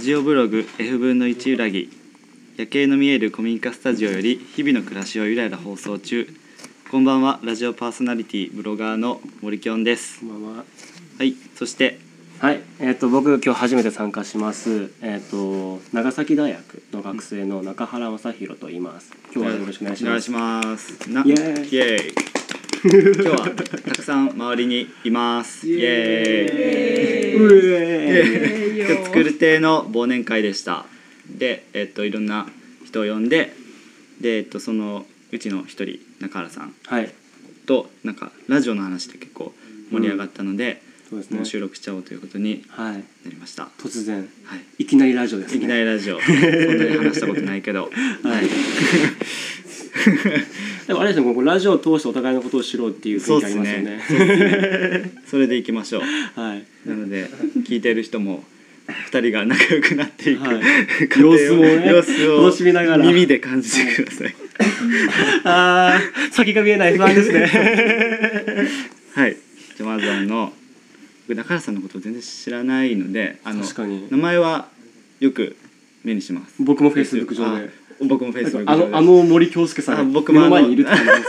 ジオブログ F 分の1裏木夜景の見える古民家スタジオより日々の暮らしをゆらゆら放送中こんばんはラジオパーソナリティブロガーの森きょんですこんばんは。はいそしてはい、えっ、と僕今日初めて参加します。えっ、と長崎大学の学生の中原正弘と言います。今日はよろしくお願いします。お願いしますなイエーイイエーイ今日はたくさん周りにいますイエーイうえー今日作る亭の忘年会でしたで、えっと、いろんな人を呼んでで、えっと、そのうちの一人中原さんはい、となんかラジオの話で結構盛り上がったので、そうですもねう。収録しちゃおうということにはい、なりましたは突然いいきなりラジオですね。いきなりラジオそんなに話したことない けどはいでもあれですね、こうラジオを通してお互いのことを知ろうっていう雰囲気ありますよね。それでいきましょう はい。なので聞いてる人も2人が仲良くなっていく、はい過程を様子をね様子を楽しみながら耳で感じてくださいああ、先が見えない不安ですね。はい、じゃあまずあの僕中原さんのことを全然知らないのであの確かに名前はよく目にします 僕も Facebook 上で。あ僕もフェイスブックあ上でのあの森京介さあんが僕目もあのの前にいるって感じなん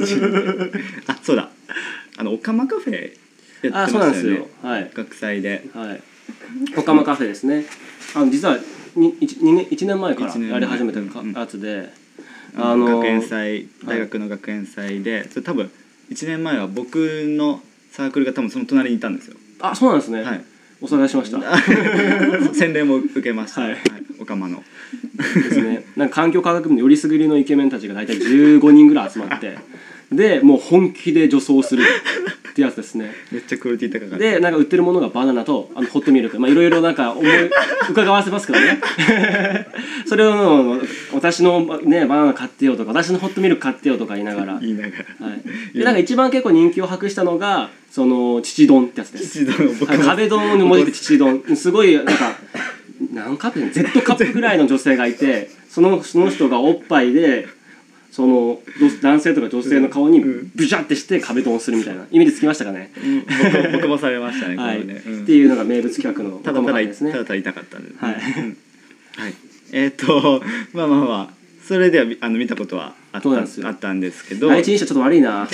です よ。 有名人あそうだあのオカマカフェやあってそうまなんしたですよよねはい学祭ではいオカマカフェですねあの実は 1, 年一年前から一年前やり始めたかうんうんやつで、ああのの学園祭大学の学園祭で、それ多分1年前は僕のサークルが多分その隣にいたん ですよあそうなんですね、はいお騒がせしました洗礼も受けました、はいオカマのですねなんか環境科学部のよりすぐりのイケメンたちが大体15人ぐらい集まって でもう本気で女装するってやつですねめっちゃクオリティ高かったでなんか売ってるものがバナナとあのホットミルクまあいろいろなんか思い伺わせますけどね それを私の、ね、バナナ買ってよとか私のホットミルク買ってよとか言いながら言いながらはい、でなんか一番結構人気を博したのがその父丼ってやつです一度僕はいも壁丼に文字で父丼すごいなんか何カップ Z カップぐらいの女性がいてそのその人がおっぱいでそのど男性とか女性の顔にブジャってして壁丼をするみたいな意味でつきましたかね、僕も僕もされましたね、はいこれね、うんっていうのが名物企画のただただ、細かいですねただただ痛かったんで、はいはいえーっ、と まあまあまあそれではあの見たことはあっそうなんでたすよあったんですけど第一印象ちょっと悪いな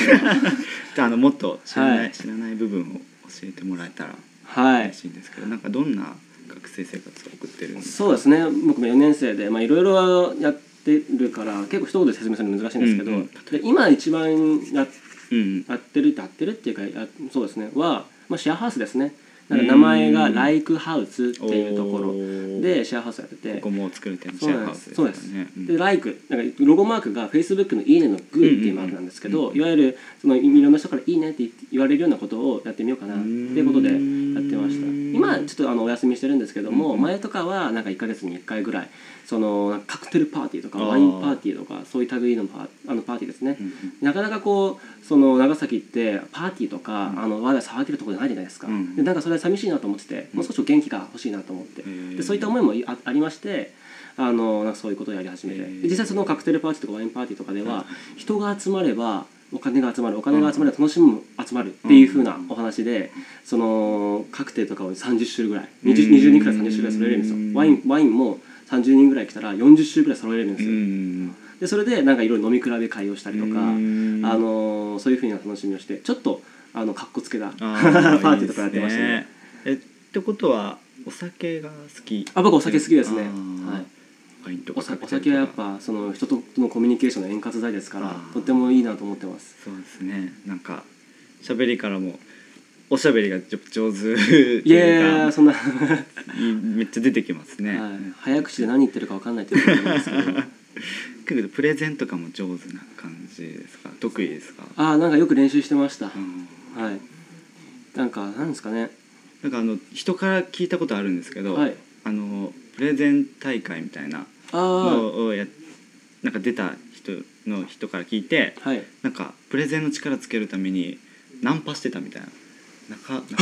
じゃああのもっと知らない、はい知らない部分を教えてもらえたらはい嬉しいんですけど、なんかどんな学生生活を送ってるんですかそうですね僕も4年生でまあいろいろやってるから結構一言で説明するの難しいんですけど、うんうんで今一番やうんやってるってやってるっていうかやそうですねは、まあ、シェアハウスですねだから名前がうんライクハウスっていうとこおーろでシェアハウスやっててここも作る点のシそうェアなんハウでスすですそかうらです、ねうんで「like」なんかロゴマークが Facebook の「いいね」の「グー」っていうマークなんですけど、いわゆるそのいろんな人から「いいね」って言われるようなことをやってみようかなうっーてんいうことでやってました今ちょっとあのお休みしてるんですけども、うんうん前とかはなんか1か月に1回ぐらいそのなんかカクテルパーティーとかあーワインパーティーとかそういう類のパーあのパーティーですね、うんなかなかこうその長崎ってパーティーとか、あのわざわざ騒げるところじゃないじゃないですか、うんでなんかそれは寂しいなと思っててもう少し元気が欲しいなと思って、うんでそういった思いもあありましてあのなんかそういうことをやり始めて、へーで実際そのカクテルパーティーとかワインパーティーとかでは、人が集まればお金が集まるお金が集まれば楽しむ集まるっていう風なお話で、そのカクテルとかを30種類ぐらい 20, 20人くらい30種類ぐらい揃えれるんですうんよワインワインも30人ぐらい来たら40種類ぐらい揃えれるんでうすよ、んでそれでなんかいろいろ飲み比べ会をしたりとか、うんあのーそういうふうな楽しみをしてちょっとあのかっこつけた パあーティーとかやってましたいねいですねえってことはお酒が好きあ僕お酒好きですあねーはいワインとかお酒お酒はやっぱその人とのコミュニケーションの円滑剤ですかあらーとってもいいなと思ってますそうですねなんか喋りからもおしゃべりがじょ上手っていいうやーかそんな、 はいめっちゃ出てきますね、い、早口で何言ってるか分かんないっていうことなん ですけど結構プレゼンとかも上手な感じですか得意ですかああなんかよく練習してました、うんはいなんかなんですかねなんかあの人から聞いたことあるんですけど、はいあのプレゼン大会みたいなああのをやなんか出た人の人から聞いてはいなんかプレゼンの力つけるためにナンパしてたみたいな。なんか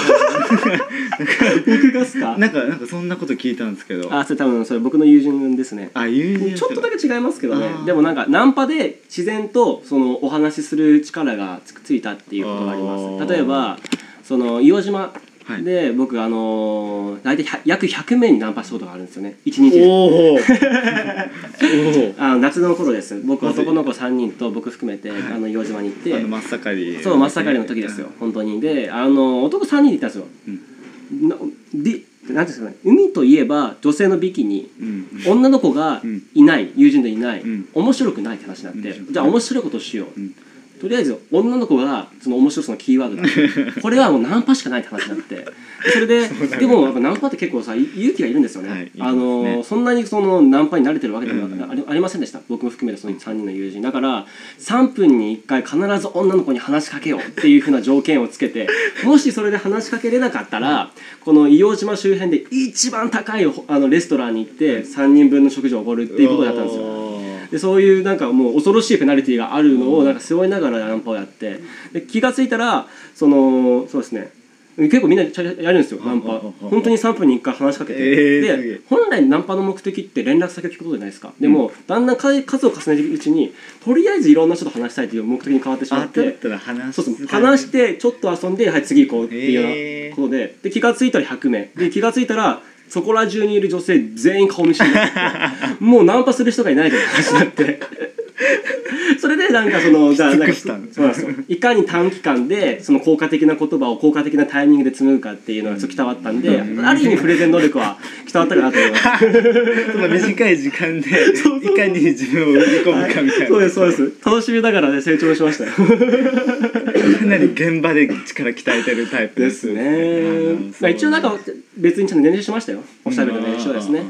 僕がっすかなんかなんかなんかそんなこと聞いたんですけど。 あそれ多分それ僕の友人ですねあ友人ちょっとだけ違いますけどあーねでもなんかナンパで自然とそのお話しする力がつくついたっていうことがありあまーす例えばその硫黄島はいで僕あのー大体100約100名にナンパしたことがあるんですよね一日でおおおおあの夏の頃です僕まずい男の子3人と僕含めて、あの硫黄島に行ってあの真っ盛りそう真っ盛りの時ですよ本当にであの男3人で行ったんですようん、なでなんていうんですかね海といえば女性のビキニうん女の子がうんいない、友人でいない、うん面白くないって話になって、うんじゃあ面白いことをしよう、うんとりあえず女の子がその面白さのキーワードだこれはもうナンパしかないって話になってそれ ででもやっぱナンパって結構さい勇気がいるんですよね,、はいいるんですねあのーそんなにそのナンパに慣れてるわけでもうんあり,、ありませんでした僕も含めてその3人の友人だから3分に1回必ず女の子に話しかけようっていうふうな条件をつけ てもしそれで話しかけれなかったらこの硫黄島周辺で一番高いほあのレストランに行って3人分の食事をおごるっていうことをやったんですよ。おーでそういうなんかもう恐ろしいペナルティーがあるのをなんか背負いながらナンパをやってで気が付いたらそのそうですね結構みんなやるんですよナンパはははは本当に3分に1回話しかけて、えーすげえで本来ナンパの目的って連絡先を聞くことじゃないですかでも、だんだん数数を重ねていくうちにとりあえずいろんな人と話したいという目的に変わってしまあっだってたら話そうそう話してちょっと遊んではい次行こうっていへーうようなことでで気が付いたら100名で気が付いたらそこら中にいる女性全員顔見知り になってもうナンパする人がいないという話になって それでなんかそ のじゃあなん尽かくしたんですそうなんですよいかに短期間でその効果的な言葉を効果的なタイミングで紡ぐかっていうのがちょっと伝わったんである意味プレゼン能力 は伝わったかなと思いますその短い時間でいかに自分を売り込むかみたいそうなですそうです楽しみながらね成長しましたよかなり現場で力鍛えてるタイプ ですねまあ一応なんか別にちゃんと練習しましたよおしゃべりの練習はですね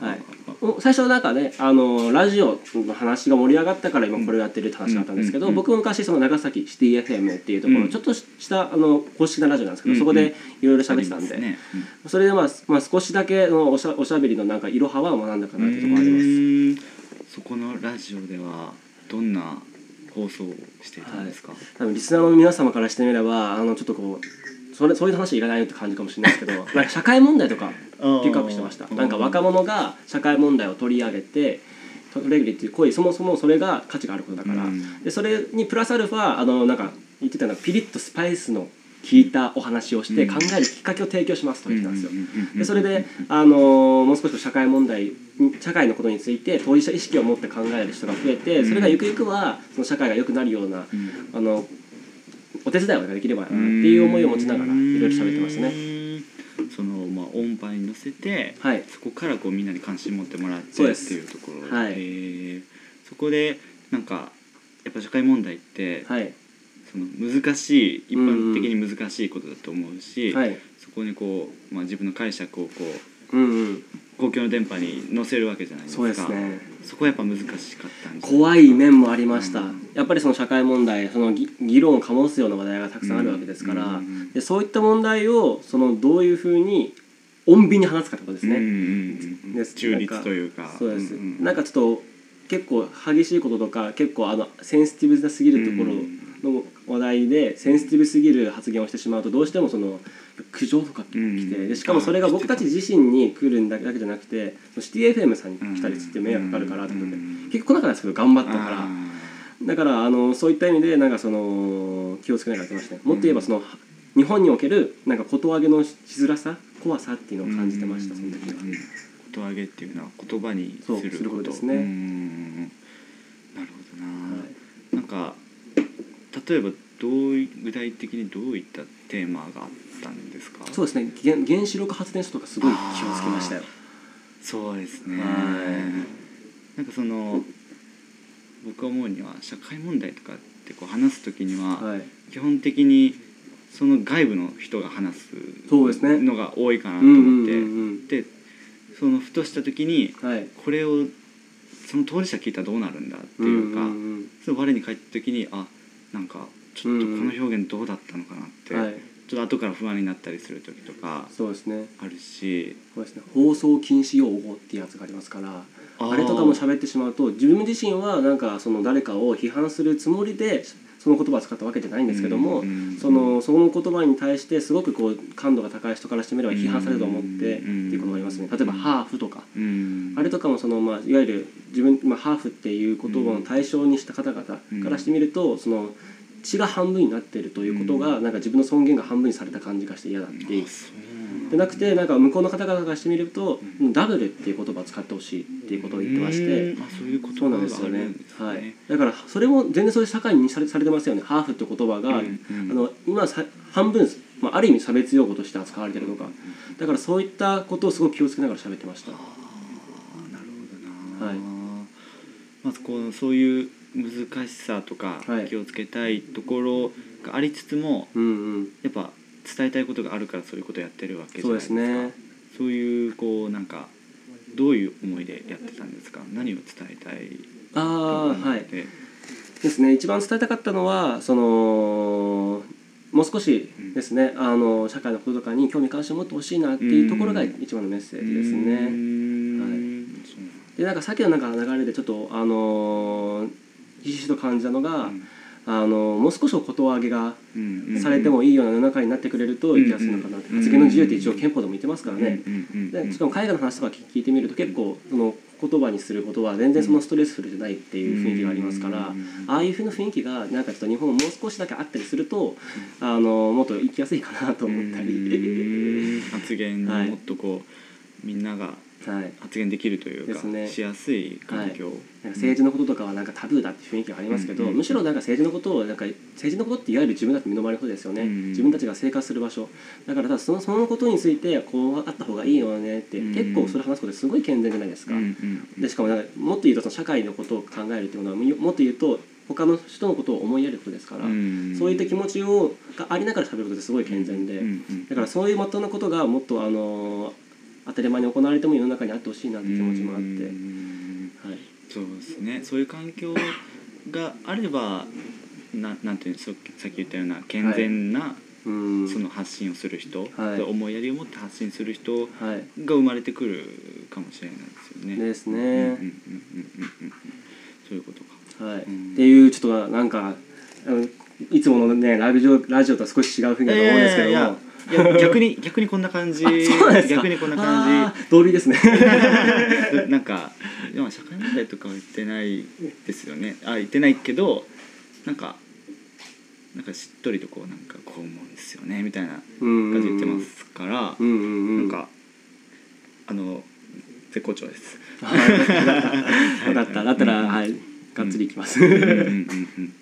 はい、お最初なんかね、あのラジオの話が盛り上がったから今これをやってるって話があったんですけど、うんうんうん僕も昔その長崎シティ FM っていうところ、うんちょっとしたあの公式なラジオなんですけど、うんうんそこでいろいろ喋ってたんで、ねそれで、まあまあ、少しだけのおしゃおしゃべりのなんかいろはは学んだかうなっていうところあります。んそこのラジオではどんな放送をしていたんですか、多分リスナーの皆様からしてみればあのちょっとこうそれそういう話いらないよって感じかもしれないで すけどなんか社会問題とかピあーックアップしてましたうんなんか若者が社会問題を取り上げて取り上げてっていう行為そもそもそれが価値があることだから、うんでそれにプラスアルファあのなんか言ってたのはピリッとスパイスの効いたお話をしてうん考えるきっかけを提供しますと言ってたんですよ、ででそれで、あのーもう少し社会問題社会のことについて当事者意識を持って考える人が増えてそれがゆくゆくはその社会が良くなるようなあのお手伝いができればなっていう思いを持ちながらいろいろ喋ってましたね。ねそのまあ音波に乗せて、はいそこからこうみんなに関心持ってもらってってそうですいうところはいえーそこでなんかやっぱ社会問題って、はいその難しい一般的に難しいことだと思うし、はいそこにこう、まあ、自分の解釈をこううんうん公共の電波に乗せるわけじゃないですかそうですねそこはやっぱ難しかったんです怖い面もありましたうんやっぱりその社会問題そのぎ議論を醸すような話題がたくさんあるわけですから、うんうんでそういった問題をそのどういうふうに穏便に話すかってことですうんうんね。うんです中立というかそうです、んんなんかちょっと結構激しいこととか結構あのセンシティブなすぎるところの話題でセンシティブすぎる発言をしてしまうとどうしてもその苦情とか来て、うんでしかもそれが僕たち自身に来るんだけじゃなくてそのシティ FM さんに来たりして迷惑かかるからってことで、うん結構来なかったんですけど頑張ったかあらだからあのそういった意味でなんかその気をつけながらやってましたねもっと言えばその日本におけるなんかことわげのしづらさ怖さっていうーのを感じてましたその時はうんうんうんことわげっていうのは言葉にすそうるするここととですねうんうんうんなるほどな、はいなんか例えばどうい具体的にどういったテーマがあったんですかそうですね原原子力発電所とかすごい気をつけましたよそうですね、はなんかその僕が思うには社会問題とかってこう話す時には、はい基本的にその外部の人が話すそうですねのが多いかなうとん思うんっうて、んでそのふとした時にうんはいっこれをその当事者聞いたらどうなるんだっていうか、それ我に返った時にあなんかちょっとこの表現どうだったのかなって、はいちょっと後から不安になったりする時とかそうですねあるしそうですね放送禁止用語っていうやつがありますからあーあれとかも喋ってしまうと自分自身はなんかその誰かを批判するつもりでその言葉を使ったわけじゃないんですけども、うんうんうんそのその言葉に対してすごくこう感度が高い人からしてみれば批判されると思ってっていうことがありますね例えば「うんハーフ」とかうんあれとかもその、まあ、いわゆる自分、まあ、ハーフっていう言葉の対象にした方々からしてみると、その血が半分になってるということが、なんか自分の尊厳が半分にされた感じがして嫌だっていうでなくてなんか向こうの方々からしてみると、ダブルっていう言葉を使ってほしいっていうことを言ってまして。あそういうこそとうがなあんるんでですすよねね。はい、だからそれも全然それ社会にされされてますよね。ハーフって言葉が、うんうんあの今さ半分、まあ、ある意味差別用語として扱われてるとか、だからそういったことをすごく気をつけながら喋ってました。あなるほどな、はいまずこうそういう難しさとかはい気をつけたいところがありつつも、うんうん、やっぱ伝えたいことがあるからそういうことやってるわけじゃそうないでですすかね。そういうこうなんかどういう思いでやってたんですか何を伝えたいあとあ思はっい。てですね一番伝えたかったのはそのもう少しですね、あの社会のこととかに興味関心を持ってほしいなっていうところが一番のメッセージですね。うーんはそういなんでなんかさっきのなんか流れでちょっとあのーひしひしと感じたのが、あのーもう少しお言葉上げがだされてもいいような世の中になってくれると生きやすいのかなって、うんうん発言の自由って一応憲法でも言ってますからね、うんうんうんでしかも海外の話とか聞聞いてみると結構その言葉にすることは全然そのストレスフルじゃないっていう雰囲気がありますから、うんああいう風な雰囲気がなんかちょっと日本もう少しだけあったりすると、あのーもっと生きやすいかなと思ったうり、ーん発言に もっとこう、みんながはい、発言できるというでか、すねしやすい環境、なんか政治のこととかはなんかタブーだって雰囲気がありますけど、うんうんむしろなんか政治のことをなんか政治のことっていわゆる自分たちの身の回りのことですよね、うんうん自分たちが生活する場所だからただそのそのことについてこうあった方がいいよねって、うんうん結構それ話すことですごい健全じゃないですか、うんうんうんでしかもなんかもっと言うとその社会のことを考えるっていうのはもっと言うと他の人のことを思いやることですから、うんそういった気持ちをがありながら喋ることってすごい健全で、うんうんだからそういうまっとうなことがもっとあのー当たり前に行われても世の中にあってほしいなって気持ちもあっうて。んはいそうですねそういう環境があればななんていうのさっきさっき言ったような健全な、うんその発信をする人、はい思いやりを持って発信する人がはい、生まれてくるかもしれないですよね。ですうんうんうんうんね、うんそういうことか。はい、うんっていうちょっとなんかあのいつものねラジオラジオとは少し違う雰囲気だと思うんですけども、いやいやいや逆に逆にこんな感じそうなんですか逆にこんな感じ同理で すねじ なんかでも社会問題とかは言ってないですよねあ言ってないけどなんかなんかしっとりとこうなんかこう思うんですよねみたいなうん感じで言ってますから、うんうんうなんんかあの絶好調 です。はいよかっただったら、はいがっつりいきます、うんうんうんうん